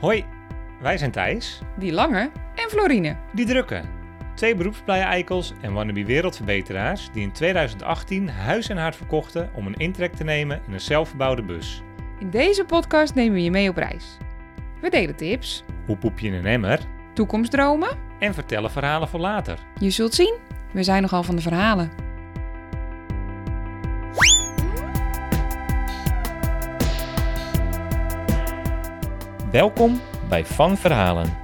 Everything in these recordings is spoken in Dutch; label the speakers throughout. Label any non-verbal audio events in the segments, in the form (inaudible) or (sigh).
Speaker 1: Hoi, wij zijn Thijs,
Speaker 2: Die Lange en Florine.
Speaker 1: die drukken. Twee beroepsblije-eikels en wannabe wereldverbeteraars die in 2018 huis en haard verkochten om een intrek te nemen in een zelfgebouwde bus.
Speaker 2: In deze podcast nemen we je mee op reis. We delen tips,
Speaker 1: Hoe poep je in een emmer?
Speaker 2: toekomstdromen.
Speaker 1: En vertellen verhalen voor later.
Speaker 2: Je zult zien, we zijn nogal van de verhalen.
Speaker 1: Welkom bij Van Verhalen.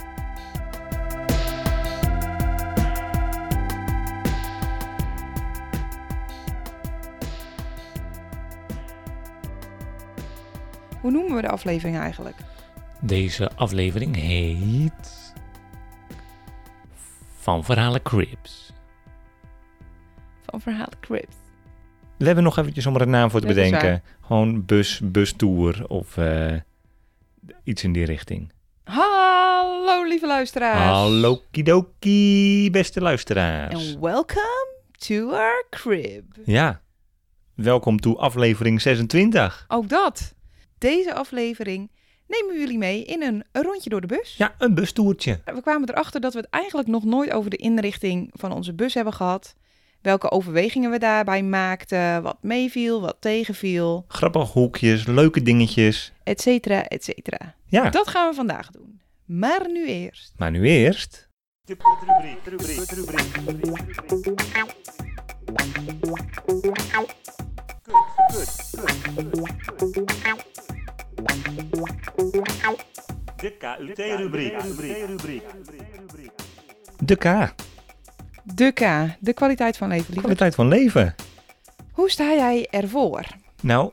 Speaker 2: Hoe noemen we de aflevering eigenlijk?
Speaker 1: Deze aflevering heet... Van Verhalen Crips.
Speaker 2: Van Verhalen Crips.
Speaker 1: We hebben nog eventjes om er een naam voor te
Speaker 2: Dat is
Speaker 1: bedenken. Gewoon bus, bustour of eh, iets in die richting.
Speaker 2: Hallo lieve
Speaker 3: Eh,
Speaker 2: luisteraars.
Speaker 1: Hallo kidoki, beste luisteraars.
Speaker 3: And welcome to our crib.
Speaker 1: Ja, welkom toe aflevering 26.
Speaker 2: Ook dat.
Speaker 3: Deze aflevering nemen we jullie mee in een rondje door de bus.
Speaker 1: Ja, een bustoertje.
Speaker 3: We kwamen erachter dat we het eigenlijk nog nooit over de inrichting van onze bus hebben gehad. Welke overwegingen we daarbij maakten, wat meeviel, wat tegenviel,
Speaker 1: Grappige hoekjes, leuke dingetjes.
Speaker 3: et cetera, et cetera.
Speaker 1: Ja,
Speaker 3: Dat gaan we vandaag doen. Maar nu eerst.
Speaker 1: maar nu eerst...
Speaker 4: De KUT-rubriek.
Speaker 1: De K,
Speaker 3: De K, de kwaliteit van leven, lieve.
Speaker 1: kwaliteit van leven.
Speaker 3: Hoe sta jij ervoor?
Speaker 1: Nou,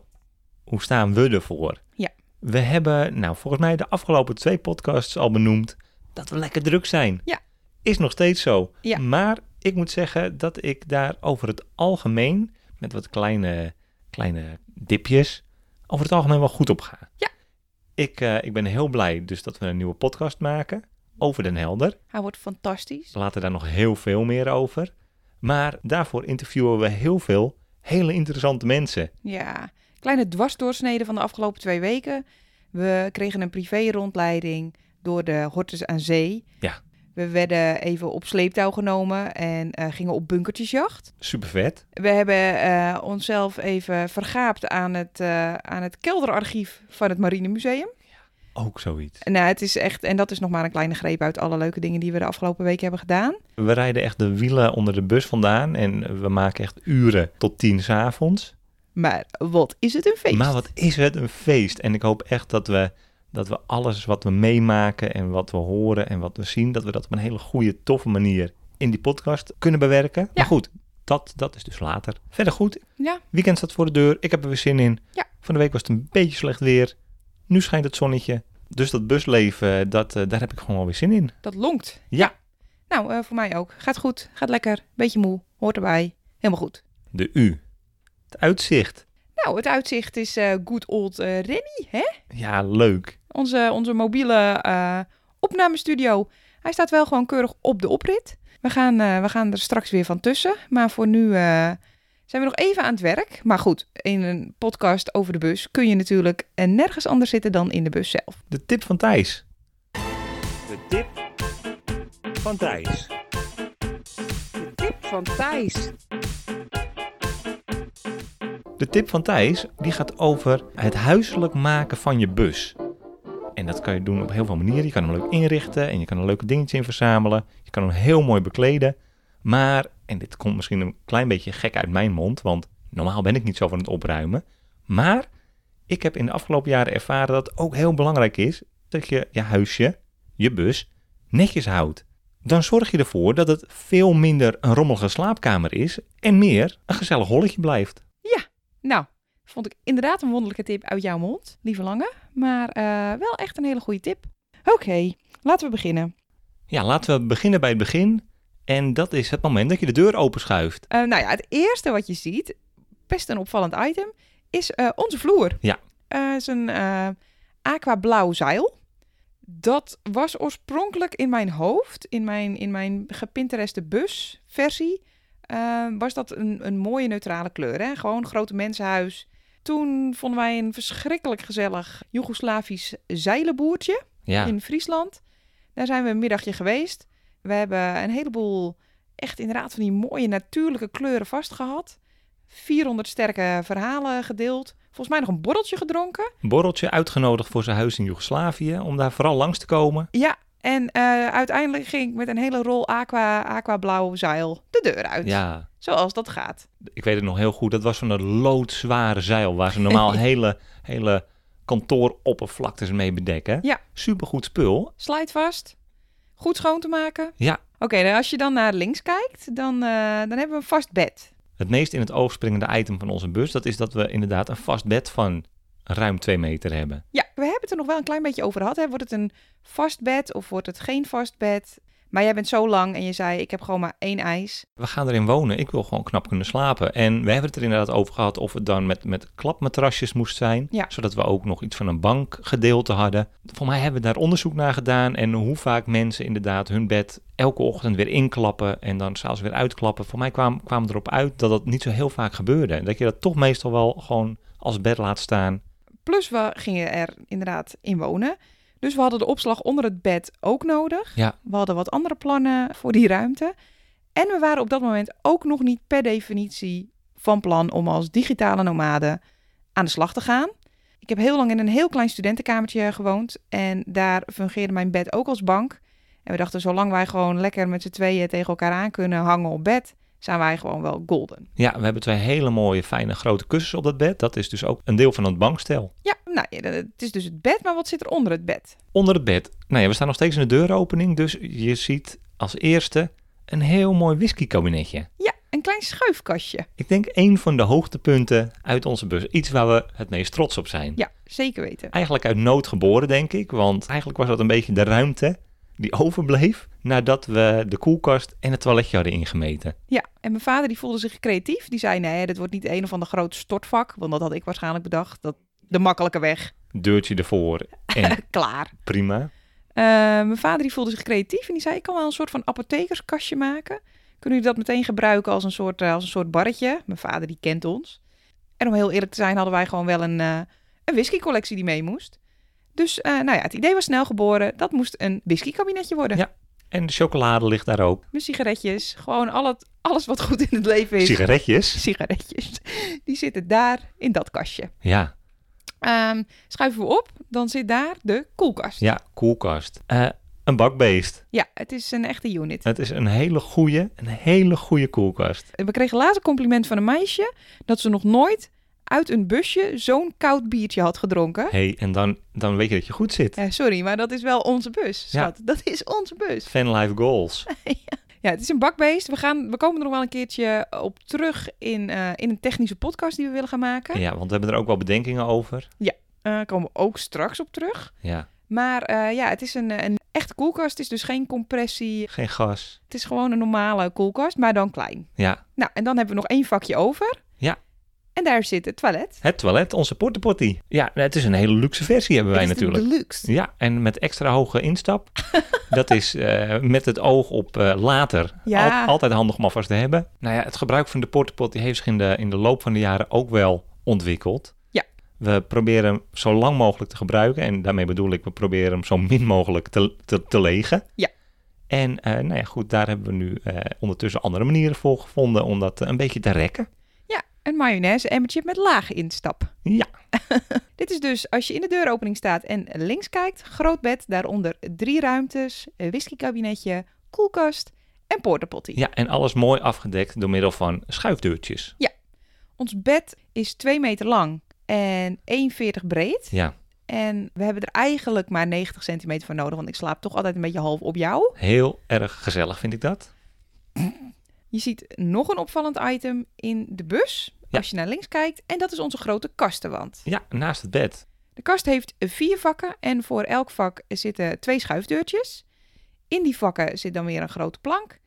Speaker 1: hoe staan we ervoor?
Speaker 3: Ja.
Speaker 1: We hebben, nou volgens mij de afgelopen twee podcasts al benoemd, dat we lekker druk zijn.
Speaker 3: Ja.
Speaker 1: Is nog steeds zo.
Speaker 3: Ja.
Speaker 1: Maar ik moet zeggen dat ik daar over het algemeen, met wat kleine, kleine dipjes, over het algemeen wel goed op ga.
Speaker 3: Ja.
Speaker 1: Ik, eh, ik ben heel blij dus dat we een nieuwe podcast maken over Den Helder.
Speaker 3: Hij wordt fantastisch.
Speaker 1: Later daar nog heel veel meer over. Maar daarvoor interviewen we heel veel hele interessante mensen.
Speaker 3: Ja, kleine dwarsdoorsneden van de afgelopen twee weken. We kregen een privé-rondleiding door de Hortus aan Zee.
Speaker 1: Ja.
Speaker 3: We werden even op sleeptouw genomen en eh, gingen op bunkertjesjacht.
Speaker 1: Super vet.
Speaker 3: We hebben eh, onszelf even vergaapt aan het, eh, aan het kelderarchief van het Marine Museum.
Speaker 1: Ook zoiets.
Speaker 3: Nou, het is echt, en dat is nog maar een kleine greep uit alle leuke dingen die we de afgelopen weken hebben gedaan.
Speaker 1: We rijden echt de wielen onder de bus vandaan en we maken echt uren tot tien 's avonds.
Speaker 3: Maar wat is het een feest?
Speaker 1: Maar wat is het een feest? En ik hoop echt dat we, dat we alles wat we meemaken en wat we horen en wat we zien, dat we dat op een hele goede, toffe manier in die podcast kunnen bewerken. Maar goed, dat, dat is dus later. Verder goed.
Speaker 3: Ja.
Speaker 1: Weekend staat voor de deur. Ik heb er weer zin in.
Speaker 3: Ja.
Speaker 1: Van de week was het een beetje slecht weer. Nu schijnt het zonnetje. Dus dat busleven, dat, eh, daar heb ik gewoon wel weer zin in.
Speaker 3: Dat lonkt.
Speaker 1: Ja.
Speaker 3: Nou, eh, voor mij ook. Gaat goed, gaat lekker. Beetje moe, hoort erbij. Helemaal goed.
Speaker 1: De U. Het uitzicht.
Speaker 3: Nou, het uitzicht is eh good old eh Rennie.
Speaker 1: Ja, leuk.
Speaker 3: Onze, onze mobiele eh, opnamestudio. Hij staat wel gewoon keurig op de oprit. We gaan, eh, we gaan er straks weer van tussen. Maar voor nu eh, zijn we nog even aan het werk. Maar goed, in een podcast over de bus kun je natuurlijk eh, nergens anders zitten dan in de bus zelf.
Speaker 1: De tip van Thijs.
Speaker 4: De tip van Thijs.
Speaker 2: Tip van Thijs.
Speaker 1: De tip van Thijs die gaat over het huiselijk maken van je bus. En dat kan je doen op heel veel manieren. Je kan hem leuk inrichten en je kan er leuke dingetjes in verzamelen. Je kan hem heel mooi bekleden. Maar, en dit komt misschien een klein beetje gek uit mijn mond, want normaal ben ik niet zo van het opruimen. Maar ik heb in de afgelopen jaren ervaren dat het ook heel belangrijk is dat je je huisje, je bus, netjes houdt. Dan zorg je ervoor dat het veel minder een rommelige slaapkamer is en meer een gezellig holletje blijft.
Speaker 3: Nou, vond ik inderdaad een wonderlijke tip uit jouw mond, lieve Lange. Maar eh, wel echt een hele goede tip. Oké, laten we beginnen.
Speaker 1: Ja, laten we beginnen bij het begin. En dat is het moment dat je de deur openschuift.
Speaker 3: Eh, nou ja, het eerste wat je ziet, best een opvallend item, is eh, onze vloer.
Speaker 1: Ja.
Speaker 3: Eh, is een eh aqua blauw zeil. Dat was oorspronkelijk in mijn hoofd, in mijn, in mijn gepintereste busversie, eh, was dat een, een mooie neutrale kleur. Hè? Gewoon grote mensenhuis. Toen vonden wij een verschrikkelijk gezellig Joegoslavisch zeilenboertje.
Speaker 1: Ja,
Speaker 3: in Friesland. Daar zijn we een middagje geweest. We hebben een heleboel echt inderdaad van die mooie natuurlijke kleuren vastgehad. 400 sterke verhalen gedeeld. Volgens mij nog een borreltje gedronken.
Speaker 1: een borreltje uitgenodigd voor zijn huis in Joegoslavië. Om daar vooral langs te komen.
Speaker 3: Ja, en eh, uiteindelijk ging ik met een hele rol aqua, aqua blauw zeil de deur uit.
Speaker 1: Ja,
Speaker 3: Zoals dat gaat.
Speaker 1: ik weet het nog heel goed. Dat was van een loodzware zeil. Waar ze normaal hele, hele kantooroppervlaktes mee bedekken.
Speaker 3: Ja.
Speaker 1: Supergoed spul.
Speaker 3: Slijt vast. Goed schoon te maken.
Speaker 1: Ja.
Speaker 3: Oké, nou, als je dan naar links kijkt, dan, eh, dan hebben we een vast bed.
Speaker 1: Het meest in het oog springende item van onze bus. Dat is dat we inderdaad een vast bed van ruim 2 meter hebben.
Speaker 3: Ja, we hebben het er nog wel een klein beetje over gehad. Hè? Wordt het een vast bed of wordt het geen vast bed? Maar jij bent zo lang en je zei, ik heb gewoon maar één ijs.
Speaker 1: we gaan erin wonen. Ik wil gewoon knap kunnen slapen. En we hebben het er inderdaad over gehad of het dan met, met klapmatrasjes moest zijn.
Speaker 3: Ja.
Speaker 1: Zodat we ook nog iets van een bankgedeelte hadden. Voor mij hebben we daar onderzoek naar gedaan. En hoe vaak mensen inderdaad hun bed elke ochtend weer inklappen. En dan s'avonds weer uitklappen. Voor mij kwam, kwam erop uit dat dat niet zo heel vaak gebeurde. Dat je dat toch meestal wel gewoon als bed laat staan.
Speaker 3: Plus we gingen er inderdaad in wonen. Dus we hadden de opslag onder het bed ook nodig.
Speaker 1: Ja.
Speaker 3: We hadden wat andere plannen voor die ruimte. En we waren op dat moment ook nog niet per definitie van plan om als digitale nomade aan de slag te gaan. Ik heb heel lang in een heel klein studentenkamertje gewoond. En daar fungeerde mijn bed ook als bank. En we dachten, zolang wij gewoon lekker met z'n tweeën tegen elkaar aan kunnen hangen op bed, zijn wij gewoon wel golden.
Speaker 1: Ja, we hebben twee hele mooie, fijne, grote kussens op dat bed. Dat is dus ook een deel van het bankstel.
Speaker 3: Ja, nou, het is dus het bed, maar wat zit er onder het bed?
Speaker 1: onder het bed. Nou ja, we staan nog steeds in de deuropening, dus je ziet als eerste een heel mooi whiskykabinetje.
Speaker 3: Ja, een klein schuifkastje.
Speaker 1: Ik denk één van de hoogtepunten uit onze bus. Iets waar we het meest trots op zijn.
Speaker 3: Ja, zeker weten.
Speaker 1: Eigenlijk uit nood geboren, denk ik. Want eigenlijk was dat een beetje de ruimte die overbleef nadat we de koelkast en het toiletje hadden ingemeten.
Speaker 3: Ja, en mijn vader die voelde zich creatief. Die zei, nee, dit wordt niet een of ander groot stortvak. Want dat had ik waarschijnlijk bedacht. Dat de makkelijke weg.
Speaker 1: Deurtje ervoor
Speaker 3: (laughs)
Speaker 1: en
Speaker 3: Klaar.
Speaker 1: prima.
Speaker 3: Eh, mijn vader die voelde zich creatief. En die zei, ik kan wel een soort van apothekerskastje maken. Kunnen jullie dat meteen gebruiken als een soort, eh, als een soort barretje? Mijn vader die kent ons. En om heel eerlijk te zijn hadden wij gewoon wel een, eh een whiskycollectie die mee moest. Dus eh, nou ja, het idee was snel geboren. Dat moest een whiskykabinetje worden.
Speaker 1: Ja. En de chocolade ligt daar ook.
Speaker 3: Mijn sigaretjes. Gewoon al het, alles wat goed in het leven is.
Speaker 1: Sigaretjes.
Speaker 3: sigaretjes. Die zitten daar in dat kastje.
Speaker 1: Ja.
Speaker 3: Ehm, schuiven we op, dan zit daar de koelkast.
Speaker 1: Ja, koelkast. Eh, een bakbeest.
Speaker 3: Ja, het is een echte unit.
Speaker 1: Het is een hele goede, een hele goede koelkast.
Speaker 3: We kregen laatst een compliment van een meisje dat ze nog nooit uit een busje zo'n koud biertje had gedronken.
Speaker 1: hey, en dan, dan weet je dat je goed zit.
Speaker 3: Eh, sorry, maar dat is wel onze bus, schat. Dat is onze bus.
Speaker 1: Fanlife
Speaker 3: (laughs)
Speaker 1: goals.
Speaker 3: Ja, het is een bakbeest. We, gaan, we komen er nog wel een keertje op terug in, eh, in een technische podcast die we willen gaan maken.
Speaker 1: Ja, want we hebben er ook wel bedenkingen over.
Speaker 3: Eh, Daar komen we ook straks op terug.
Speaker 1: Ja,
Speaker 3: Maar eh, ja, het is een, een echte koelkast. Het is dus geen compressie.
Speaker 1: geen gas.
Speaker 3: Het is gewoon een normale koelkast, maar dan klein.
Speaker 1: Ja,
Speaker 3: Nou, en dan hebben we nog één vakje over.
Speaker 1: Ja.
Speaker 3: En daar zit het toilet.
Speaker 1: het toilet, onze portepotty. Ja, het is een hele luxe versie hebben wij
Speaker 3: Het is de
Speaker 1: natuurlijk.
Speaker 3: Deluxe.
Speaker 1: Ja, en met extra hoge
Speaker 3: (laughs)
Speaker 1: instap. dat is eh, met het oog op eh, later.
Speaker 3: Ja.
Speaker 1: Al- altijd handig om alvast te hebben. Nou ja, het gebruik van de portepotty heeft zich in de, in de loop van de jaren ook wel ontwikkeld.
Speaker 3: Ja.
Speaker 1: We proberen hem zo lang mogelijk te gebruiken. En daarmee bedoel ik, we proberen hem zo min mogelijk te, te, te legen.
Speaker 3: Ja.
Speaker 1: En eh, nou ja, goed, daar hebben we nu eh, ondertussen andere manieren voor gevonden om dat eh, een beetje te rekken.
Speaker 3: Ja, een mayonaise emmertje met lage instap.
Speaker 1: Ja.
Speaker 3: Dit is dus als je in de deuropening staat en links kijkt. Groot bed, daaronder drie ruimtes, een whiskykabinetje, koelkast en portapotty.
Speaker 1: ja, en alles mooi afgedekt door middel van schuifdeurtjes.
Speaker 3: Ons bed is 2 meter lang en 1,40 breed.
Speaker 1: Ja,
Speaker 3: En we hebben er eigenlijk maar 90 centimeter voor nodig, want ik slaap toch altijd een beetje half op jou.
Speaker 1: heel erg gezellig vind ik dat.
Speaker 3: Je ziet nog een opvallend item in de bus
Speaker 1: Ja.
Speaker 3: als je naar links kijkt. En dat is onze grote kastenwand.
Speaker 1: Ja, naast het bed.
Speaker 3: De kast heeft vier vakken en voor elk vak zitten twee schuifdeurtjes. In die vakken zit dan weer een grote plank.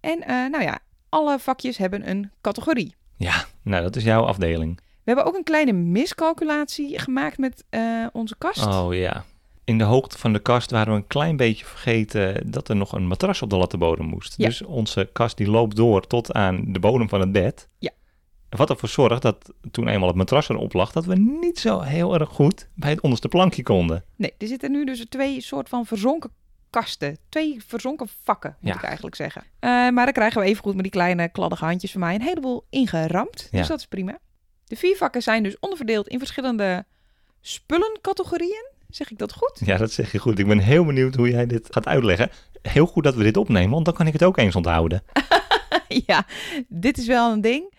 Speaker 3: En eh, nou ja, alle vakjes hebben een categorie.
Speaker 1: Ja, nou dat is jouw afdeling.
Speaker 3: We hebben ook een kleine miscalculatie gemaakt met eh, onze kast.
Speaker 1: Oh ja. In de hoogte van de kast waren we een klein beetje vergeten dat er nog een matras op de lattenbodem moest.
Speaker 3: Ja.
Speaker 1: Dus onze kast die loopt door tot aan de bodem van het bed.
Speaker 3: Ja.
Speaker 1: Wat ervoor zorgt dat toen eenmaal het matras erop lag, dat we niet zo heel erg goed bij het onderste plankje konden.
Speaker 3: Nee, er zitten nu dus twee soort van verzonken kasten. Twee verzonken vakken, moet
Speaker 1: Ja.
Speaker 3: ik eigenlijk zeggen. Eh, maar dan krijgen we evengoed met die kleine kladdige handjes van mij een heleboel ingeramd.
Speaker 1: Ja.
Speaker 3: Dus dat is prima. De vier vakken zijn dus onderverdeeld in verschillende spullencategorieën. Zeg ik dat goed?
Speaker 1: Ja, dat zeg je goed. Ik ben heel benieuwd hoe jij dit gaat uitleggen. Heel goed dat we dit opnemen, want dan kan ik het ook eens onthouden.
Speaker 3: (laughs) ja, dit is wel een ding.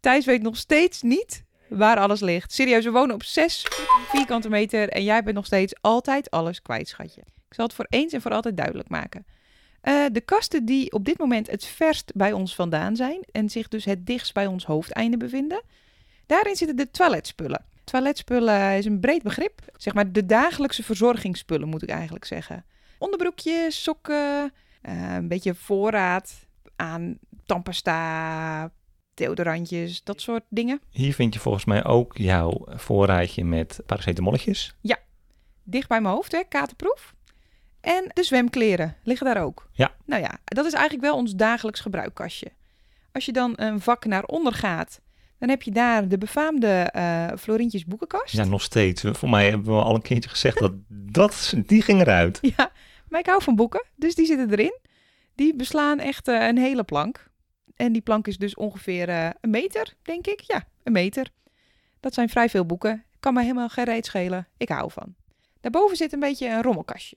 Speaker 3: Thijs weet nog steeds niet waar alles ligt. Serieus, we wonen op 6 vierkante meter en jij bent nog steeds altijd alles kwijt, schatje. Ik zal het voor eens en voor altijd duidelijk maken. Eh, de kasten die op dit moment het verst bij ons vandaan zijn en zich dus het dichtst bij ons hoofdeinde bevinden, daarin zitten de toiletspullen. Toiletspullen is een breed begrip. Zeg maar de dagelijkse verzorgingsspullen moet ik eigenlijk zeggen. Onderbroekjes, sokken, eh, een beetje voorraad aan tandpasta, deodorantjes, dat soort dingen.
Speaker 1: Hier vind je volgens mij ook jouw voorraadje met paracetamolletjes.
Speaker 3: dicht bij mijn hoofd, hè, katerproef. En de zwemkleren liggen daar ook.
Speaker 1: Ja.
Speaker 3: Nou ja, dat is eigenlijk wel ons dagelijks gebruikkastje. Als je dan een vak naar onder gaat, dan heb je daar de befaamde eh, Florientjes boekenkast.
Speaker 1: Ja, nog steeds. Voor mij hebben we al een keertje gezegd dat, dat die ging eruit.
Speaker 3: (laughs) Ja, maar ik hou van boeken, dus die zitten erin. Die beslaan echt eh, een hele plank. En die plank is dus ongeveer eh, een meter, denk ik. Ja, een meter. Dat zijn vrij veel boeken. Kan me helemaal geen reet schelen. Ik hou van. Daarboven zit een beetje een rommelkastje.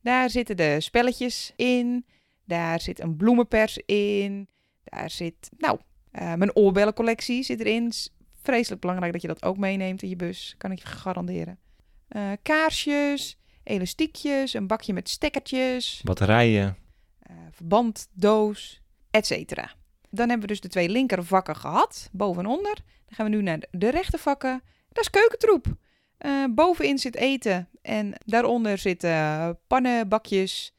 Speaker 3: Daar zitten de spelletjes in. Daar zit een bloemenpers in. Daar zit, nou, eh, mijn oorbellencollectie zit erin. Is Vreselijk belangrijk dat je dat ook meeneemt in je bus. Kan ik je garanderen. Eh, kaarsjes elastiekjes, een bakje met stekkertjes,
Speaker 1: Batterijen.
Speaker 3: eh, verbanddoos, et cetera. Dan hebben we dus de twee linker vakken gehad, boven en onder. Dan gaan we nu naar de- de rechter vakken. Dat is keukentroep. Eh, bovenin zit eten en daaronder zitten pannen, bakjes,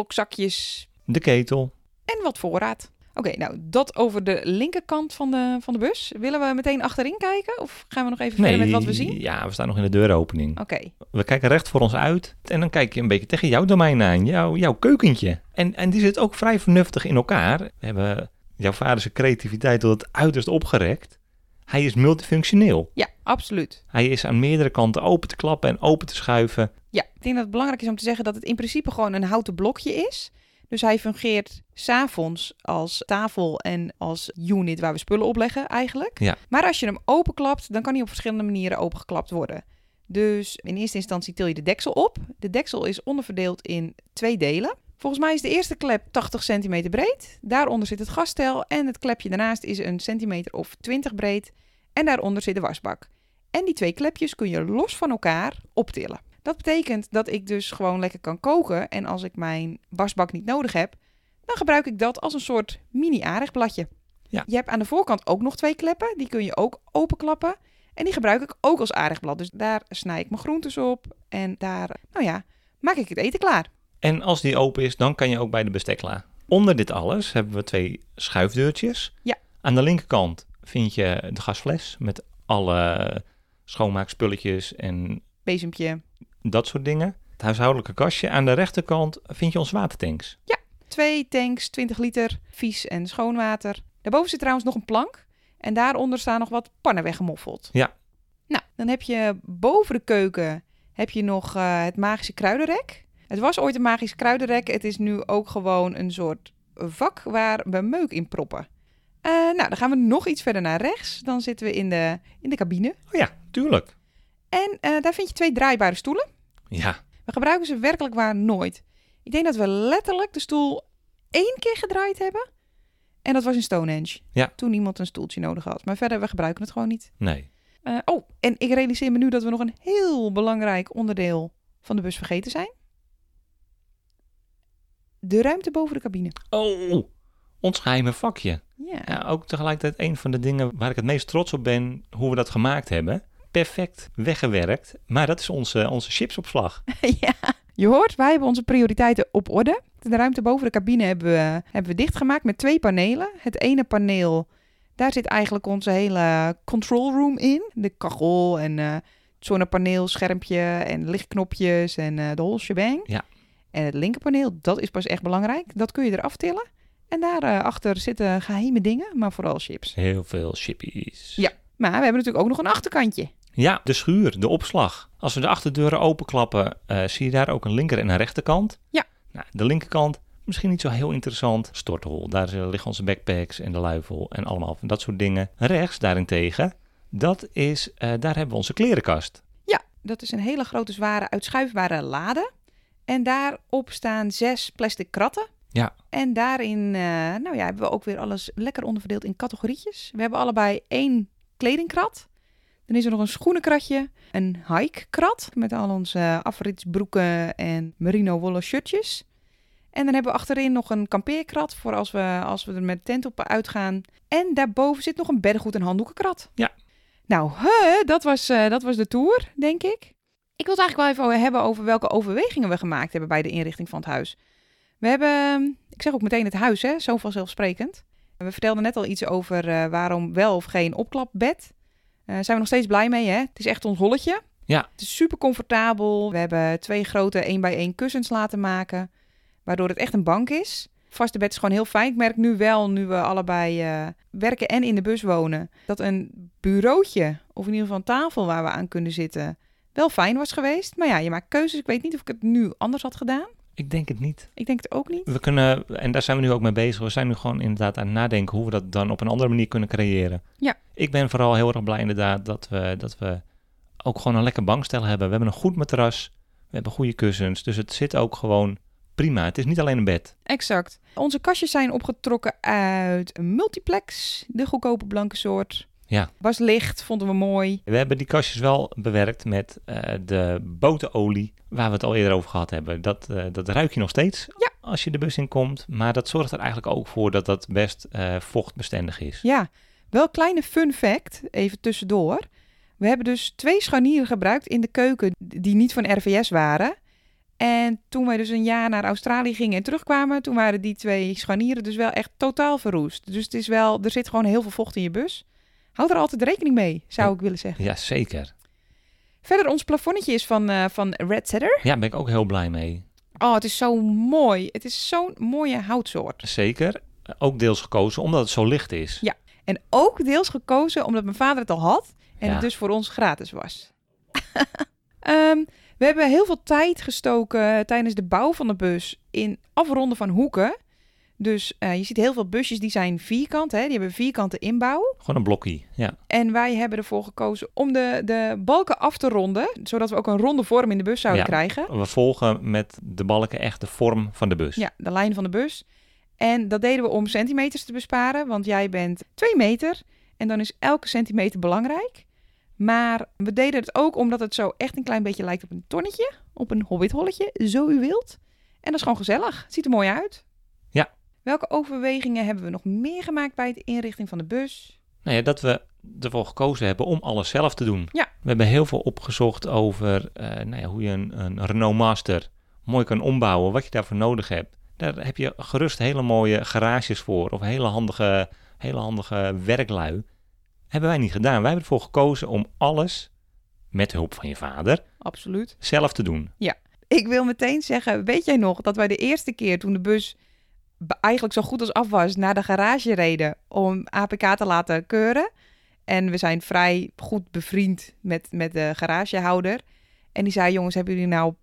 Speaker 3: ziplockzakjes
Speaker 1: De ketel.
Speaker 3: en wat voorraad. Oké, nou dat over de linkerkant van de, van de bus. Willen we meteen achterin kijken of gaan we nog even verder met wat we zien?
Speaker 1: Ja, we staan nog in de deuropening.
Speaker 3: Oké,
Speaker 1: We kijken recht voor ons uit en dan kijk je een beetje tegen jouw domein aan, jouw, jouw keukentje. En, en die zit ook vrij vernuftig in elkaar. We hebben jouw vader zijn creativiteit tot het uiterst opgerekt. Hij is multifunctioneel.
Speaker 3: ja, absoluut.
Speaker 1: Hij is aan meerdere kanten open te klappen en open te schuiven.
Speaker 3: Ja, ik denk dat het belangrijk is om te zeggen dat het in principe gewoon een houten blokje is. Dus hij fungeert s'avonds als tafel en als unit waar we spullen opleggen eigenlijk.
Speaker 1: Ja.
Speaker 3: Maar als je hem openklapt, dan kan hij op verschillende manieren opengeklapt worden. Dus in eerste instantie til je de deksel op. De deksel is onderverdeeld in twee delen. Volgens mij is de eerste klep 80 centimeter breed. Daaronder zit het gasstel en het klepje daarnaast is een centimeter of 20 breed. En daaronder zit de wasbak. En die twee klepjes kun je los van elkaar optillen. Dat betekent dat ik dus gewoon lekker kan koken. En als ik mijn wasbak niet nodig heb, dan gebruik ik dat als een soort mini-aardigbladje.
Speaker 1: Ja.
Speaker 3: Je hebt aan de voorkant ook nog twee kleppen. Die kun je ook openklappen. En die gebruik ik ook als aardigblad. Dus daar snij ik mijn groentes op. En daar, nou ja, maak ik het eten klaar.
Speaker 1: En als die open is, dan kan je ook bij de bestekla. Onder dit alles hebben we twee schuifdeurtjes.
Speaker 3: Ja.
Speaker 1: Aan de linkerkant vind je de gasfles met alle schoonmaakspulletjes en
Speaker 3: Bezempje.
Speaker 1: dat soort dingen. Het huishoudelijke kastje. Aan de rechterkant vind je ons watertanks.
Speaker 3: Twee tanks, 20 liter, vies en schoon water. Daarboven zit trouwens nog een plank. En daaronder staan nog wat pannen weggemoffeld.
Speaker 1: Ja.
Speaker 3: Nou, dan heb je boven de keuken heb je nog eh, het magische kruidenrek. Het was ooit een magisch kruidenrek. Het is nu ook gewoon een soort vak waar we meuk in proppen. Eh, nou, dan gaan we nog iets verder naar rechts. Dan zitten we in de, in de cabine.
Speaker 1: Oh ja, tuurlijk.
Speaker 3: En eh, daar vind je twee draaibare stoelen.
Speaker 1: Ja,
Speaker 3: We gebruiken ze werkelijk waar nooit. Ik denk dat we letterlijk de stoel één keer gedraaid hebben. En dat was in Stonehenge.
Speaker 1: Ja.
Speaker 3: Toen niemand een stoeltje nodig had. Maar verder, we gebruiken het gewoon niet.
Speaker 1: nee.
Speaker 3: Eh, oh, en ik realiseer me nu dat we nog een heel belangrijk onderdeel van de bus vergeten zijn. De ruimte boven de cabine.
Speaker 1: Oh, ons geheime vakje.
Speaker 3: Ja.
Speaker 1: Ja, ook tegelijkertijd een van de dingen waar ik het meest trots op ben, hoe we dat gemaakt hebben. Perfect weggewerkt, maar dat is onze, onze chipsopslag.
Speaker 3: ja. Je hoort, wij hebben onze prioriteiten op orde. De ruimte boven de cabine hebben we, hebben we dichtgemaakt met twee panelen. Het ene paneel, daar zit eigenlijk onze hele control room in. De kachel en eh, het zonnepaneel, schermpje en lichtknopjes en eh, de whole shebang.
Speaker 1: Ja.
Speaker 3: En het linkerpaneel, dat is pas echt belangrijk. Dat kun je eraf tillen. En daarachter zitten geheime dingen, maar vooral chips.
Speaker 1: Heel veel chippies.
Speaker 3: Ja. Maar we hebben natuurlijk ook nog een achterkantje.
Speaker 1: Ja, de schuur, de opslag. Als we de achterdeuren openklappen, eh, zie je daar ook een linker- en een rechterkant.
Speaker 3: Ja.
Speaker 1: Nou, de linkerkant, misschien niet zo heel interessant. Storthol, daar eh, liggen onze backpacks en de luifel en allemaal van dat soort dingen. Rechts daarentegen, dat is, eh, daar hebben we onze klerenkast.
Speaker 3: Ja, dat is een hele grote, zware, uitschuifbare lade. En daarop staan zes plastic kratten.
Speaker 1: Ja.
Speaker 3: En daarin eh, nou ja, hebben we ook weer alles lekker onderverdeeld in categorietjes. We hebben allebei één kledingkrat. Dan is er nog een schoenenkratje, een hikekrat met al onze eh, afritsbroeken en merino wollen shirtjes. En dan hebben we achterin nog een kampeerkrat voor als we, als we er met tent op uitgaan. En daarboven zit nog een beddengoed- en handdoekenkrat.
Speaker 1: Ja.
Speaker 3: Nou, hè, dat, was, eh, dat was de tour, denk ik. Ik wil het eigenlijk wel even hebben over welke overwegingen we gemaakt hebben bij de inrichting van het huis. We hebben, ik zeg ook meteen het huis, hè, zo vanzelfsprekend. We vertelden net al iets over eh, waarom wel of geen opklapbed. Eh zijn we nog steeds blij mee, hè? Het is echt ons holletje.
Speaker 1: Ja.
Speaker 3: Het is super comfortabel. We hebben twee grote 1 bij 1 kussens laten maken, waardoor het echt een bank is. Vaste bed is gewoon heel fijn. Ik merk nu wel, nu we allebei eh, werken en in de bus wonen, dat een bureautje, of in ieder geval een tafel waar we aan kunnen zitten, wel fijn was geweest. Maar ja, je maakt keuzes. Ik weet niet of ik het nu anders had gedaan.
Speaker 1: Ik denk het niet.
Speaker 3: Ik denk het ook niet.
Speaker 1: We kunnen, en daar zijn we nu ook mee bezig, we zijn nu gewoon inderdaad aan het nadenken hoe we dat dan op een andere manier kunnen creëren.
Speaker 3: Ja.
Speaker 1: Ik ben vooral heel erg blij inderdaad dat we, dat we ook gewoon een lekker bankstel hebben. We hebben een goed matras, we hebben goede kussens, dus het zit ook gewoon prima. Het is niet alleen een bed.
Speaker 3: Exact. Onze kastjes zijn opgetrokken uit een multiplex, de goedkope blanke soort.
Speaker 1: Ja.
Speaker 3: Was licht, vonden we mooi.
Speaker 1: We hebben die kastjes wel bewerkt met eh, de botenolie, waar we het al eerder over gehad hebben. Dat, eh, dat ruik je nog steeds
Speaker 3: Ja.
Speaker 1: als je de bus in komt, maar dat zorgt er eigenlijk ook voor dat dat best eh, vochtbestendig is.
Speaker 3: Ja, wel kleine fun fact, even tussendoor. We hebben dus twee scharnieren gebruikt in de keuken die niet van RVS waren. En toen wij dus een jaar naar Australië gingen en terugkwamen, toen waren die twee scharnieren dus wel echt totaal verroest. Dus het is wel, er zit gewoon heel veel vocht in je bus. Houd er altijd rekening mee, zou
Speaker 1: Ja.
Speaker 3: ik willen zeggen.
Speaker 1: Ja, zeker.
Speaker 3: Verder, ons plafonnetje is van, eh, van Red Setter.
Speaker 1: Ja, ben ik ook heel blij mee.
Speaker 3: Oh, het is zo mooi. Het is zo'n mooie houtsoort.
Speaker 1: Zeker. Ook deels gekozen omdat het zo licht is.
Speaker 3: Ja. En ook deels gekozen omdat mijn vader het al had en
Speaker 1: Ja.
Speaker 3: het dus voor ons gratis was. (laughs) Ehm, we hebben heel veel tijd gestoken tijdens de bouw van de bus in afronden van hoeken. Dus eh, je ziet heel veel busjes die zijn vierkant, hè? die hebben vierkante inbouw.
Speaker 1: Gewoon een blokkie. Ja.
Speaker 3: En wij hebben ervoor gekozen om de, de balken af te ronden, zodat we ook een ronde vorm in de bus zouden
Speaker 1: Ja.
Speaker 3: krijgen.
Speaker 1: We volgen met de balken echt de vorm van de bus.
Speaker 3: Ja, de lijn van de bus. En dat deden we om centimeters te besparen, want jij bent 2 meter en dan is elke centimeter belangrijk. Maar we deden het ook omdat het zo echt een klein beetje lijkt op een tonnetje, op een hobbitholletje, zo u wilt. En dat is gewoon gezellig. Het ziet er mooi uit.
Speaker 1: Ja.
Speaker 3: Welke overwegingen hebben we nog meer gemaakt bij de inrichting van de bus?
Speaker 1: Nou ja, dat we ervoor gekozen hebben om alles zelf te doen.
Speaker 3: Ja.
Speaker 1: We hebben heel veel opgezocht over eh, nou ja, hoe je een, een Renault Master mooi kan ombouwen. Wat je daarvoor nodig hebt. Daar heb je gerust hele mooie garages voor. Of hele handige, hele handige werklui. Hebben wij niet gedaan. Wij hebben ervoor gekozen om alles, met hulp van je vader,
Speaker 3: Absoluut.
Speaker 1: zelf te doen.
Speaker 3: Ik wil meteen zeggen, weet jij nog dat wij de eerste keer toen de bus be- eigenlijk zo goed als af was naar de garage reden om APK te laten keuren. En we zijn vrij goed bevriend met, met de garagehouder. En die zei, jongens, hebben jullie nou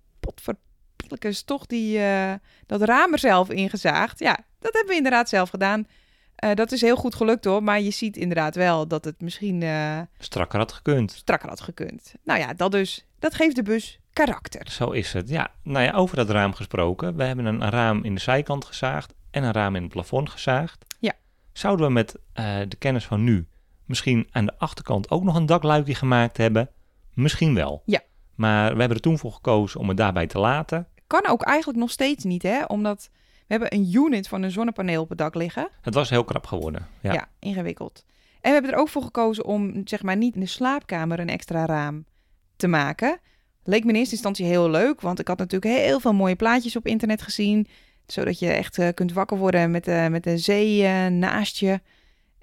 Speaker 3: potverpielekens toch die, eh, dat raam er zelf ingezaagd? Ja, dat hebben we inderdaad zelf gedaan. Eh, dat is heel goed gelukt hoor, maar je ziet inderdaad wel dat het misschien eh,
Speaker 1: Strakker had gekund.
Speaker 3: strakker had gekund. Nou ja, dat dus, dat geeft de bus karakter.
Speaker 1: Zo is het, ja. Nou ja, over dat raam gesproken. We hebben een raam in de zijkant gezaagd en een raam in het plafond gezaagd.
Speaker 3: Ja.
Speaker 1: Zouden we met eh, de kennis van nu misschien aan de achterkant ook nog een dakluikje gemaakt hebben? Misschien wel.
Speaker 3: Ja.
Speaker 1: Maar we hebben er toen voor gekozen om het daarbij te laten.
Speaker 3: kan ook eigenlijk nog steeds niet, hè? Omdat we hebben een unit van een zonnepaneel op het dak liggen.
Speaker 1: Het was heel krap geworden. Ja.
Speaker 3: Ja, ingewikkeld. En we hebben er ook voor gekozen om, zeg maar, niet in de slaapkamer een extra raam te maken. Leek me in eerste instantie heel leuk, want ik had natuurlijk heel veel mooie plaatjes op internet gezien. Zodat je echt eh, kunt wakker worden met, eh, met de zee eh, naast je.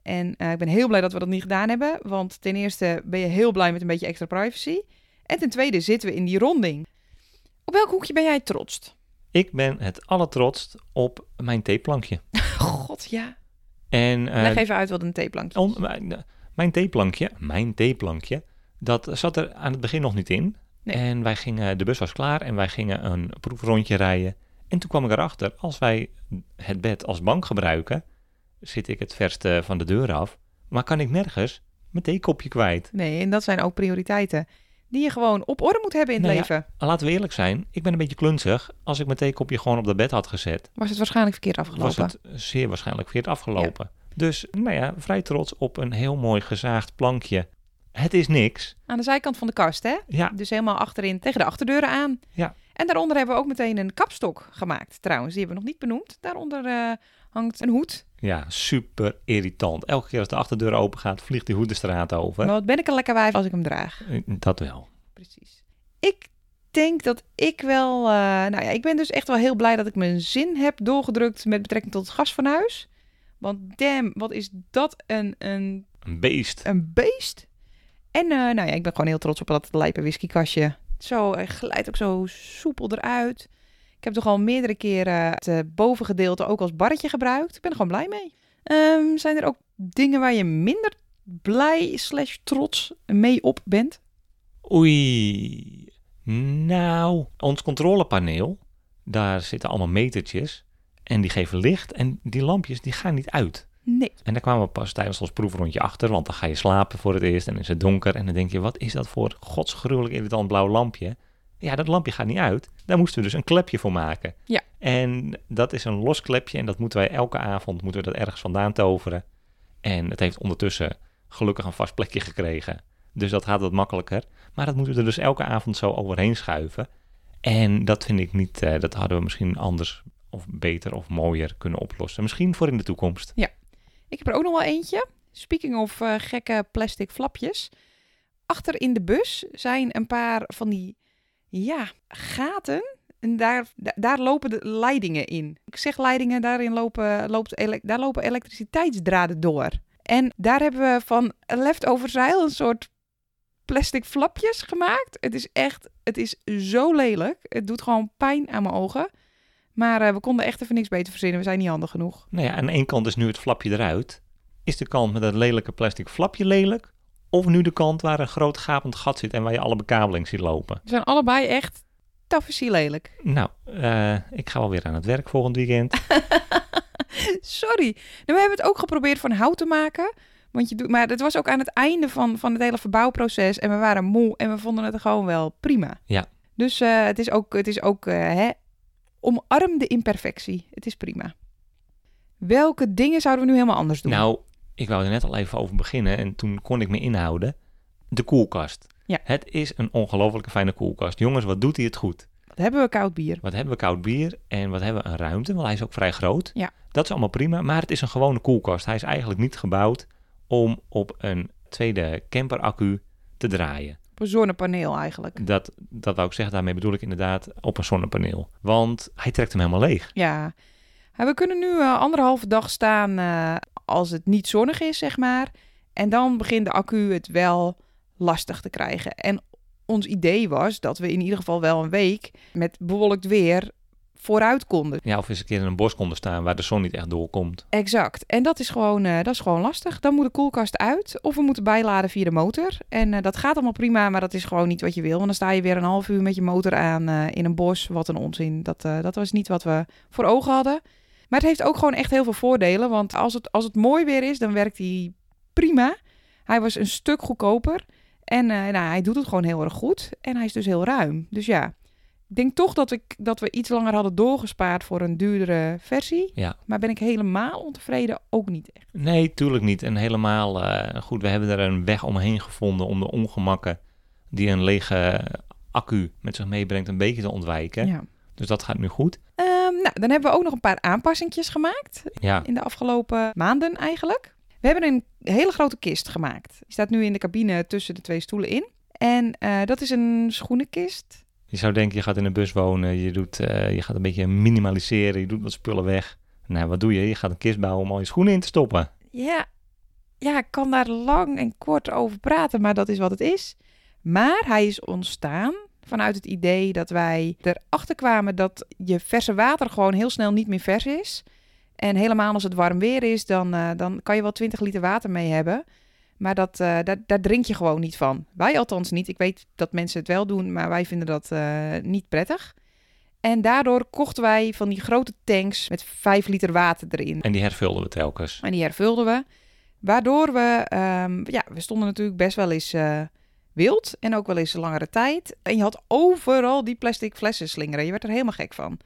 Speaker 3: En eh, ik ben heel blij dat we dat niet gedaan hebben, want ten eerste ben je heel blij met een beetje extra privacy. En ten tweede zitten we in die ronding. Op welk hoekje ben jij het trotst?
Speaker 1: Ik ben het allertrotst op mijn theeplankje.
Speaker 3: God, ja.
Speaker 1: En eh,
Speaker 3: Leg even uit wat een theeplankje is.
Speaker 1: on- Oh, mijn, eh, mijn theeplankje, mijn theeplankje, dat zat er aan het begin nog niet in.
Speaker 3: Nee.
Speaker 1: En wij gingen, de bus was klaar en wij gingen een proefrondje rijden. En toen kwam ik erachter, als wij het bed als bank gebruiken, zit ik het verste van de deur af. Maar kan ik nergens mijn theekopje kwijt.
Speaker 3: Nee, en dat zijn ook prioriteiten die je gewoon op orde moet hebben in het
Speaker 1: Nou ja.
Speaker 3: leven.
Speaker 1: Laten we eerlijk zijn, ik ben een beetje klunzig. Als ik mijn theekopje gewoon op dat bed had gezet,
Speaker 3: Was het waarschijnlijk verkeerd afgelopen.
Speaker 1: was het zeer waarschijnlijk weer afgelopen. Dus nou ja, vrij trots op een heel mooi gezaagd plankje. Het is niks.
Speaker 3: Aan de zijkant van de kast, hè?
Speaker 1: Ja,
Speaker 3: Dus helemaal achterin tegen de achterdeuren aan.
Speaker 1: Ja.
Speaker 3: En daaronder hebben we ook meteen een kapstok gemaakt, trouwens. Die hebben we nog niet benoemd. Daaronder eh, hangt een hoed.
Speaker 1: ja, super irritant. Elke keer als de achterdeur open gaat, vliegt die hoed de straat over.
Speaker 3: Maar wat ben ik een lekker wijf als ik hem draag.
Speaker 1: Eh, Dat wel.
Speaker 3: Precies. Ik denk dat ik wel... eh, nou ja, ik ben dus echt wel heel blij dat ik mijn zin heb doorgedrukt met betrekking tot het gas van huis. Want damn, wat is dat een, een,
Speaker 1: Een beest.
Speaker 3: een beest. En eh, nou ja, ik ben gewoon heel trots op dat lijpe whiskykastje. Zo, hij glijdt ook zo soepel eruit. Ik heb toch al meerdere keren het eh, bovengedeelte ook als barretje gebruikt. Ik ben er gewoon blij mee. Ehm, zijn er ook dingen waar je minder blij slash trots mee op bent?
Speaker 1: Oei. Nou, ons controlepaneel, daar zitten allemaal metertjes. En die geven licht en die lampjes die gaan niet uit.
Speaker 3: Nee.
Speaker 1: En daar kwamen we pas tijdens ons proefrondje achter, want dan ga je slapen voor het eerst en is het donker. En dan denk je, wat is dat voor godsgruwelijk irritant blauw lampje? Ja, dat lampje gaat niet uit. Daar moesten we dus een klepje voor maken.
Speaker 2: Ja.
Speaker 1: En dat is een los klepje en dat moeten wij elke avond moeten we dat ergens vandaan toveren. En het heeft ondertussen gelukkig een vast plekje gekregen. Dus dat gaat wat makkelijker. Maar dat moeten we er dus elke avond zo overheen schuiven. En dat vind ik niet, eh, dat hadden we misschien anders of beter of mooier kunnen oplossen. Misschien voor in de toekomst.
Speaker 3: Ik heb er ook nog wel eentje. Speaking of eh, gekke plastic flapjes. Achter in de bus zijn een paar van die ja, gaten. En daar, da- daar lopen de leidingen in. Ik zeg leidingen, daarin lopen, loopt ele- daar lopen elektriciteitsdraden door. En daar hebben we van leftover zeil een soort plastic flapjes gemaakt. Het is echt, het is zo lelijk. Het doet gewoon pijn aan mijn ogen. Maar eh, we konden echt even niks beter verzinnen. We zijn niet handig genoeg.
Speaker 1: Nou ja, aan één kant is nu het flapje eruit. Is de kant met dat lelijke plastic flapje lelijk? Of nu de kant waar een groot gapend gat zit en waar je alle bekabeling ziet lopen?
Speaker 3: Ze zijn allebei echt tafessie lelijk. (laughs)
Speaker 1: Nou, eh, ik ga wel weer aan het werk volgend weekend.
Speaker 3: Sorry. Nou, we hebben het ook geprobeerd van hout te maken. Want je doet, maar dat was ook aan het einde van, van het hele verbouwproces. En we waren moe en we vonden het gewoon wel prima.
Speaker 1: Ja.
Speaker 3: Dus eh, het is ook, het is ook eh, hè, omarm de imperfectie. Het is prima. Welke dingen zouden we nu helemaal anders doen?
Speaker 1: Nou, ik wou er net al even over beginnen en toen kon ik me inhouden. De koelkast.
Speaker 3: Ja.
Speaker 1: Het is een ongelofelijke fijne koelkast. Jongens, wat doet hij het goed?
Speaker 3: Wat hebben we koud bier?
Speaker 1: Wat hebben we koud bier en wat hebben we een ruimte, want hij is ook vrij groot.
Speaker 3: Ja.
Speaker 1: Dat is allemaal prima, maar het is een gewone koelkast. Hij is eigenlijk niet gebouwd om op een tweede camperaccu te draaien.
Speaker 3: Op een zonnepaneel eigenlijk.
Speaker 1: Dat, dat wou ik zeggen, daarmee bedoel ik inderdaad op een zonnepaneel. Want hij trekt hem helemaal leeg.
Speaker 3: Ja. Ja, We kunnen nu eh, anderhalve dag staan eh, als het niet zonnig is, zeg maar. En dan begint de accu het wel lastig te krijgen. En ons idee was dat we in ieder geval wel een week met bewolkt weer vooruit konden.
Speaker 1: Ja, of eens een keer in een bos konden staan waar de zon niet echt doorkomt.
Speaker 3: Exact. En dat is gewoon, eh, dat is gewoon lastig. Dan moet de koelkast uit of we moeten bijladen via de motor. En eh, dat gaat allemaal prima, maar dat is gewoon niet wat je wil. Want dan sta je weer een half uur met je motor aan eh, in een bos. Wat een onzin. Dat, eh, dat was niet wat we voor ogen hadden. Maar het heeft ook gewoon echt heel veel voordelen. Want als het, als het mooi weer is, dan werkt hij prima. Hij was een stuk goedkoper. En eh, nou, hij doet het gewoon heel erg goed. En hij is dus heel ruim. Dus ja, ik denk toch dat, ik, dat we iets langer hadden doorgespaard voor een duurdere versie.
Speaker 1: Ja.
Speaker 3: Maar ben ik helemaal ontevreden? Ook niet echt.
Speaker 1: Nee, tuurlijk niet. En helemaal eh, goed, we hebben er een weg omheen gevonden om de ongemakken die een lege accu met zich meebrengt een beetje te ontwijken.
Speaker 3: Ja.
Speaker 1: Dus dat gaat nu goed.
Speaker 3: Ehm, nou, dan hebben we ook nog een paar aanpassingjes gemaakt
Speaker 1: Ja,
Speaker 3: in de afgelopen maanden eigenlijk. We hebben een hele grote kist gemaakt. Die staat nu in de cabine tussen de twee stoelen in. En eh, dat is een schoenenkist.
Speaker 1: je zou denken, je gaat in een bus wonen, je, doet, eh, je gaat een beetje minimaliseren, je doet wat spullen weg. Nou, wat doe je? Je gaat een kist bouwen om al je schoenen in te stoppen.
Speaker 3: Ja, ja, ik kan daar lang en kort over praten, maar dat is wat het is. Maar hij is ontstaan vanuit het idee dat wij erachter kwamen dat je verse water gewoon heel snel niet meer vers is. En helemaal als het warm weer is, dan, eh, dan kan je wel 20 liter water mee hebben. Maar dat, eh, daar, daar drink je gewoon niet van. Wij althans niet. Ik weet dat mensen het wel doen, maar wij vinden dat eh, niet prettig. En daardoor kochten wij van die grote tanks met 5 liter water erin.
Speaker 1: En die hervulden we telkens.
Speaker 3: En die hervulden we. Waardoor we, ehm, ja, we stonden natuurlijk best wel eens eh, wild en ook wel eens langere tijd. En je had overal die plastic flessen slingeren. Je werd er helemaal gek van.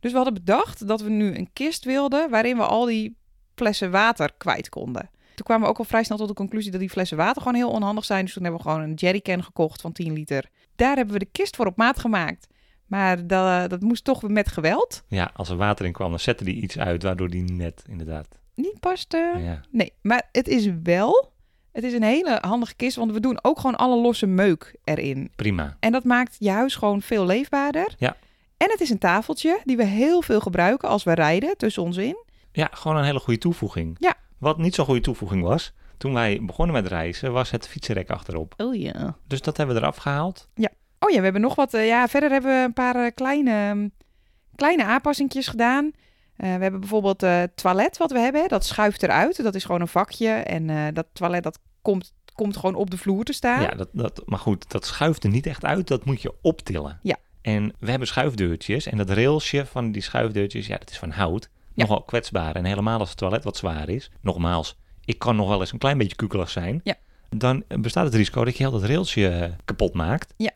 Speaker 3: Dus we hadden bedacht dat we nu een kist wilden waarin we al die flessen water kwijt konden. Toen kwamen we ook al vrij snel tot de conclusie dat die flessen water gewoon heel onhandig zijn. Dus toen hebben we gewoon een jerrycan gekocht van 10 liter. Daar hebben we de kist voor op maat gemaakt. Maar dat, dat moest toch met geweld.
Speaker 1: Ja, als er water in kwam, dan zette die iets uit, waardoor die net inderdaad...
Speaker 3: Niet paste.
Speaker 1: Ja,
Speaker 3: Nee, maar het is wel. Het is een hele handige kist, want we doen ook gewoon alle losse meuk erin.
Speaker 1: prima.
Speaker 3: En dat maakt je huis gewoon veel leefbaarder.
Speaker 1: Ja.
Speaker 3: En het is een tafeltje die we heel veel gebruiken als we rijden tussen ons in.
Speaker 1: Ja, gewoon een hele goede toevoeging.
Speaker 3: Ja.
Speaker 1: Wat niet zo'n goede toevoeging was, toen wij begonnen met reizen, was het fietsenrek achterop.
Speaker 3: Oh ja.
Speaker 1: Dus dat hebben we eraf gehaald.
Speaker 3: Oh ja, we hebben nog wat. eh, ja, verder hebben we een paar eh, kleine, ehm, kleine aanpassingjes gedaan. Eh, we hebben bijvoorbeeld eh, het toilet wat we hebben. hè, dat schuift eruit. Dat is gewoon een vakje. En eh, dat toilet dat komt, komt gewoon op de vloer te staan.
Speaker 1: Ja, dat, dat, maar goed, dat schuift er niet echt uit. Dat moet je optillen.
Speaker 3: Ja.
Speaker 1: En we hebben schuifdeurtjes. En dat railsje van die schuifdeurtjes, ja, dat is van hout. Nogal kwetsbaar. En helemaal als het toilet wat zwaar is. Nogmaals, ik kan nog wel eens een klein beetje kukelig zijn.
Speaker 3: Ja.
Speaker 1: Dan bestaat het risico dat je heel dat railsje eh, kapot maakt.
Speaker 3: Ja.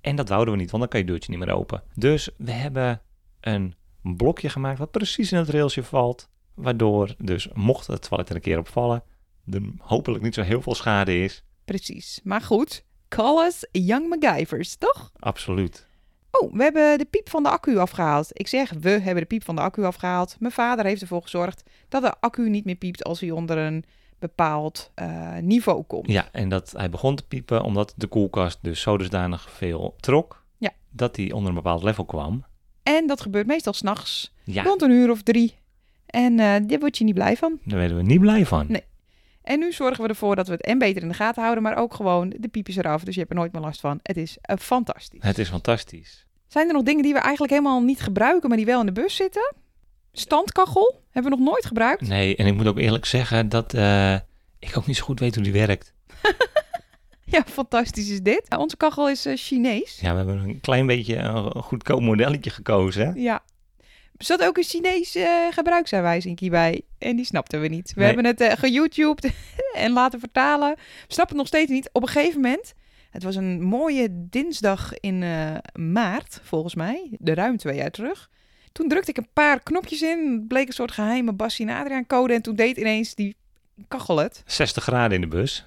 Speaker 1: En dat wouden we niet, want dan kan je deurtje niet meer open. Dus we hebben een blokje gemaakt wat precies in het railsje valt. Waardoor dus, mocht het toilet er een keer op vallen, er hopelijk niet zo heel veel schade is.
Speaker 3: Precies. Maar goed, call us Young MacGyvers, toch?
Speaker 1: Absoluut.
Speaker 3: Oh, we hebben de piep van de accu afgehaald. Ik zeg, we hebben de piep van de accu afgehaald. Mijn vader heeft ervoor gezorgd dat de accu niet meer piept als hij onder een bepaald eh, niveau komt.
Speaker 1: Ja, en dat hij begon te piepen omdat de koelkast dus zo dusdanig veel trok.
Speaker 3: Ja.
Speaker 1: Dat hij onder een bepaald level kwam.
Speaker 3: En dat gebeurt meestal s'nachts,
Speaker 1: Ja,
Speaker 3: rond een uur of drie. En eh daar word je niet blij van.
Speaker 1: daar werden we niet blij van.
Speaker 3: Nee. En nu zorgen we ervoor dat we het en beter in de gaten houden, maar ook gewoon de piepjes eraf. Dus je hebt er nooit meer last van. Het is eh, fantastisch.
Speaker 1: Het is fantastisch.
Speaker 3: Zijn er nog dingen die we eigenlijk helemaal niet gebruiken, maar die wel in de bus zitten? Standkachel hebben we nog nooit gebruikt.
Speaker 1: Nee, en ik moet ook eerlijk zeggen dat eh, ik ook niet zo goed weet hoe die werkt.
Speaker 3: Ja, fantastisch is dit. Nou, onze kachel is eh, Chinees.
Speaker 1: Ja, we hebben een klein beetje een goedkoop modelletje gekozen. hè?
Speaker 3: Ja. Er zat ook een Chinees eh gebruiksaanwijzing bij. En die snapten we niet. We
Speaker 1: Nee.
Speaker 3: hebben het eh geYouTubed (laughs) en laten vertalen. We snappen het nog steeds niet. Op een gegeven moment, het was een mooie dinsdag in eh, maart, volgens mij. De ruim twee jaar terug. Toen drukte ik een paar knopjes in. Het bleek een soort geheime Bassie en Adriaan code. En toen deed ineens die kachel het.
Speaker 1: 60 graden in de bus.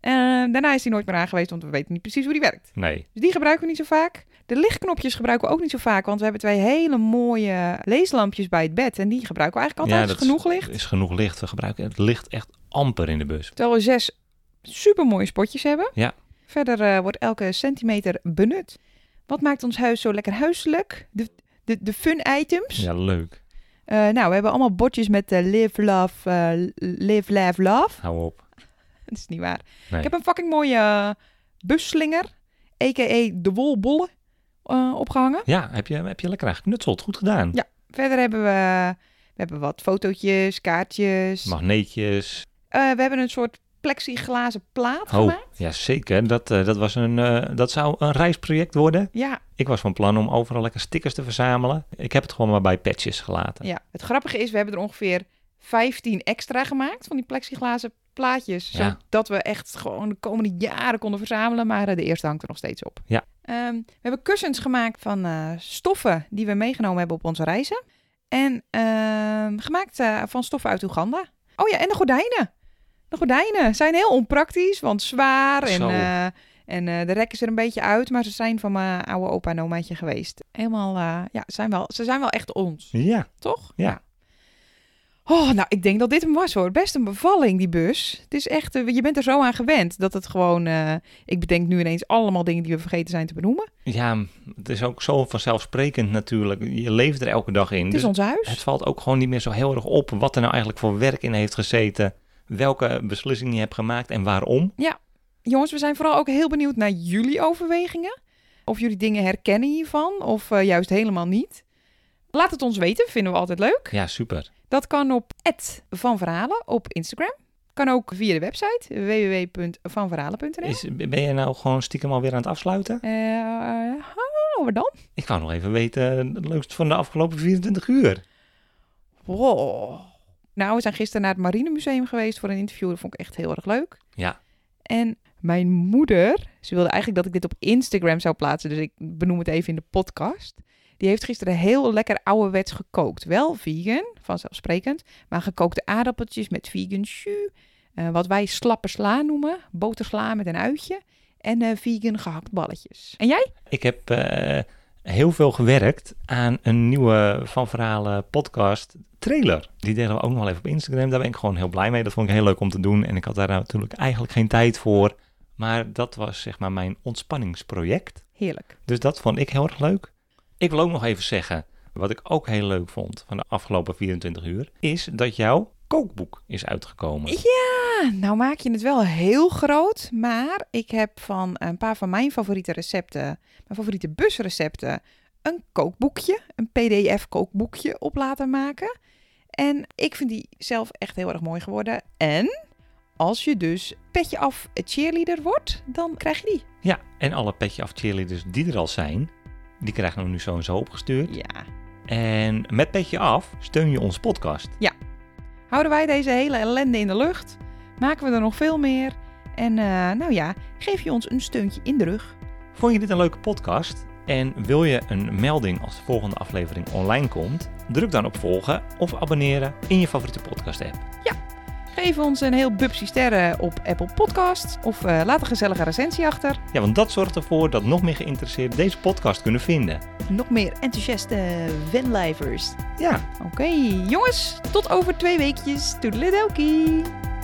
Speaker 3: Eh, daarna is die nooit meer aangewezen, want we weten niet precies hoe die werkt.
Speaker 1: Nee.
Speaker 3: Dus die gebruiken we niet zo vaak. De lichtknopjes gebruiken we ook niet zo vaak, want we hebben twee hele mooie leeslampjes bij het bed. En die gebruiken we eigenlijk altijd
Speaker 1: ja, dat
Speaker 3: genoeg
Speaker 1: is-
Speaker 3: licht.
Speaker 1: is genoeg licht. We gebruiken het licht echt amper in de bus.
Speaker 3: Terwijl we zes supermooie spotjes hebben.
Speaker 1: Ja.
Speaker 3: Verder eh, wordt elke centimeter benut. Wat maakt ons huis zo lekker huiselijk? De, de, de fun items.
Speaker 1: Ja, leuk.
Speaker 3: Eh, nou, we hebben allemaal bordjes met eh, live, love, eh, live, laugh, love. (laughs)
Speaker 1: Hou op.
Speaker 3: Dat is niet waar.
Speaker 1: Nee.
Speaker 3: Ik heb een fucking mooie eh, busslinger, a.k.a. e de wolbollen, eh, opgehangen.
Speaker 1: Ja, heb je, heb je lekker aan geknutseld. Goed gedaan.
Speaker 3: Ja. Verder hebben we, we hebben wat fotootjes, kaartjes.
Speaker 1: Magneetjes,
Speaker 3: Eh, we hebben een soort plexiglazen plaat
Speaker 1: Oh,
Speaker 3: gemaakt.
Speaker 1: ja zeker. Dat, eh, dat, was een, eh, dat zou een reisproject worden.
Speaker 3: Ja,
Speaker 1: Ik was van plan om overal lekker stickers te verzamelen. Ik heb het gewoon maar bij patches gelaten.
Speaker 3: ja. Het grappige is, we hebben er ongeveer 15 extra gemaakt van die plexiglazen plaatjes.
Speaker 1: Ja.
Speaker 3: Zodat we echt gewoon de komende jaren konden verzamelen. Maar eh, de eerste hangt er nog steeds op.
Speaker 1: Ja.
Speaker 3: Ehm, we hebben kussens gemaakt van eh, stoffen die we meegenomen hebben op onze reizen. En ehm, gemaakt eh, van stoffen uit Oeganda. Oh ja, en de gordijnen. De gordijnen zijn heel onpraktisch, want zwaar en,
Speaker 1: Zo.
Speaker 3: eh, en eh, de rek is er een beetje uit. Maar ze zijn van mijn oude opa en omaatje geweest. Helemaal, eh, ja, ze zijn wel, ze zijn wel echt ons
Speaker 1: Ja,
Speaker 3: toch?
Speaker 1: Ja.
Speaker 3: Oh, nou, ik denk dat dit hem was hoor. Best een bevalling, die bus. Het is echt, eh, je bent er zo aan gewend dat het gewoon... eh, ik bedenk nu ineens allemaal dingen die we vergeten zijn te benoemen.
Speaker 1: ja m, het is ook zo vanzelfsprekend natuurlijk. Je leeft er elke dag in.
Speaker 3: Het
Speaker 1: Dus
Speaker 3: is ons huis.
Speaker 1: het valt ook gewoon niet meer zo heel erg op wat er nou eigenlijk voor werk in heeft gezeten. Welke beslissing je hebt gemaakt en waarom.
Speaker 3: Jongens, we zijn vooral ook heel benieuwd naar jullie overwegingen. Of jullie dingen herkennen hiervan, of eh, juist helemaal niet. Laat het ons weten, vinden we altijd leuk.
Speaker 1: Ja, super.
Speaker 3: Dat kan op Van Verhalen op Instagram. Kan ook via de website www.vanverhalen.nl.
Speaker 1: Is, ben je nou gewoon stiekem alweer aan het afsluiten?
Speaker 3: Eh, eh, hallo, wat dan?
Speaker 1: Ik wou nog even weten, eh, het leukste van de afgelopen 24 uur.
Speaker 3: Wow. Nou, we zijn gisteren naar het Marinemuseum geweest voor een interview. Dat vond ik echt heel erg leuk.
Speaker 1: Ja.
Speaker 3: En mijn moeder, ze wilde eigenlijk dat ik dit op Instagram zou plaatsen. Dus ik benoem het even in de podcast. Die heeft gisteren heel lekker ouderwets gekookt. Wel vegan, vanzelfsprekend. Maar gekookte aardappeltjes met vegan jus. eh, wat wij slappe sla noemen. Botersla met een uitje. En eh, vegan gehaktballetjes. En jij?
Speaker 1: Ik heb eh, heel veel gewerkt aan een nieuwe Van Verhalen podcast trailer. Die delen we ook nog wel even op Instagram. Daar ben ik gewoon heel blij mee. Dat vond ik heel leuk om te doen. En ik had daar natuurlijk eigenlijk geen tijd voor. Maar dat was zeg maar mijn ontspanningsproject.
Speaker 3: Heerlijk.
Speaker 1: Dus dat vond ik heel erg leuk. Ik wil ook nog even zeggen, wat ik ook heel leuk vond van de afgelopen 24 uur, is dat jouw kookboek is uitgekomen.
Speaker 3: Ah, nou maak je het wel heel groot, maar ik heb van een paar van mijn favoriete recepten, mijn favoriete busrecepten, een kookboekje, een PDF-kookboekje op laten maken. En ik vind die zelf echt heel erg mooi geworden. En als je dus petje af cheerleader wordt, dan krijg je die.
Speaker 1: Ja, en alle petje af cheerleaders die er al zijn, die krijgen we nu zo en zo opgestuurd.
Speaker 3: Ja.
Speaker 1: En met Petje Af steun je ons podcast.
Speaker 3: Houden wij deze hele ellende in de lucht? Maken we er nog veel meer? En eh, nou ja, geef je ons een steuntje in de rug.
Speaker 1: Vond je dit een leuke podcast? En wil je een melding als de volgende aflevering online komt? Druk dan op volgen of abonneren in je favoriete podcast app.
Speaker 3: Geef ons een heel bubsie sterren op Apple Podcasts. Of eh, laat een gezellige recensie achter.
Speaker 1: Ja, want dat zorgt ervoor dat nog meer geïnteresseerden deze podcast kunnen vinden.
Speaker 3: Nog meer enthousiaste wenlijvers.
Speaker 1: Ja,
Speaker 3: Oké, jongens, tot over twee weekjes. Toedeledokie.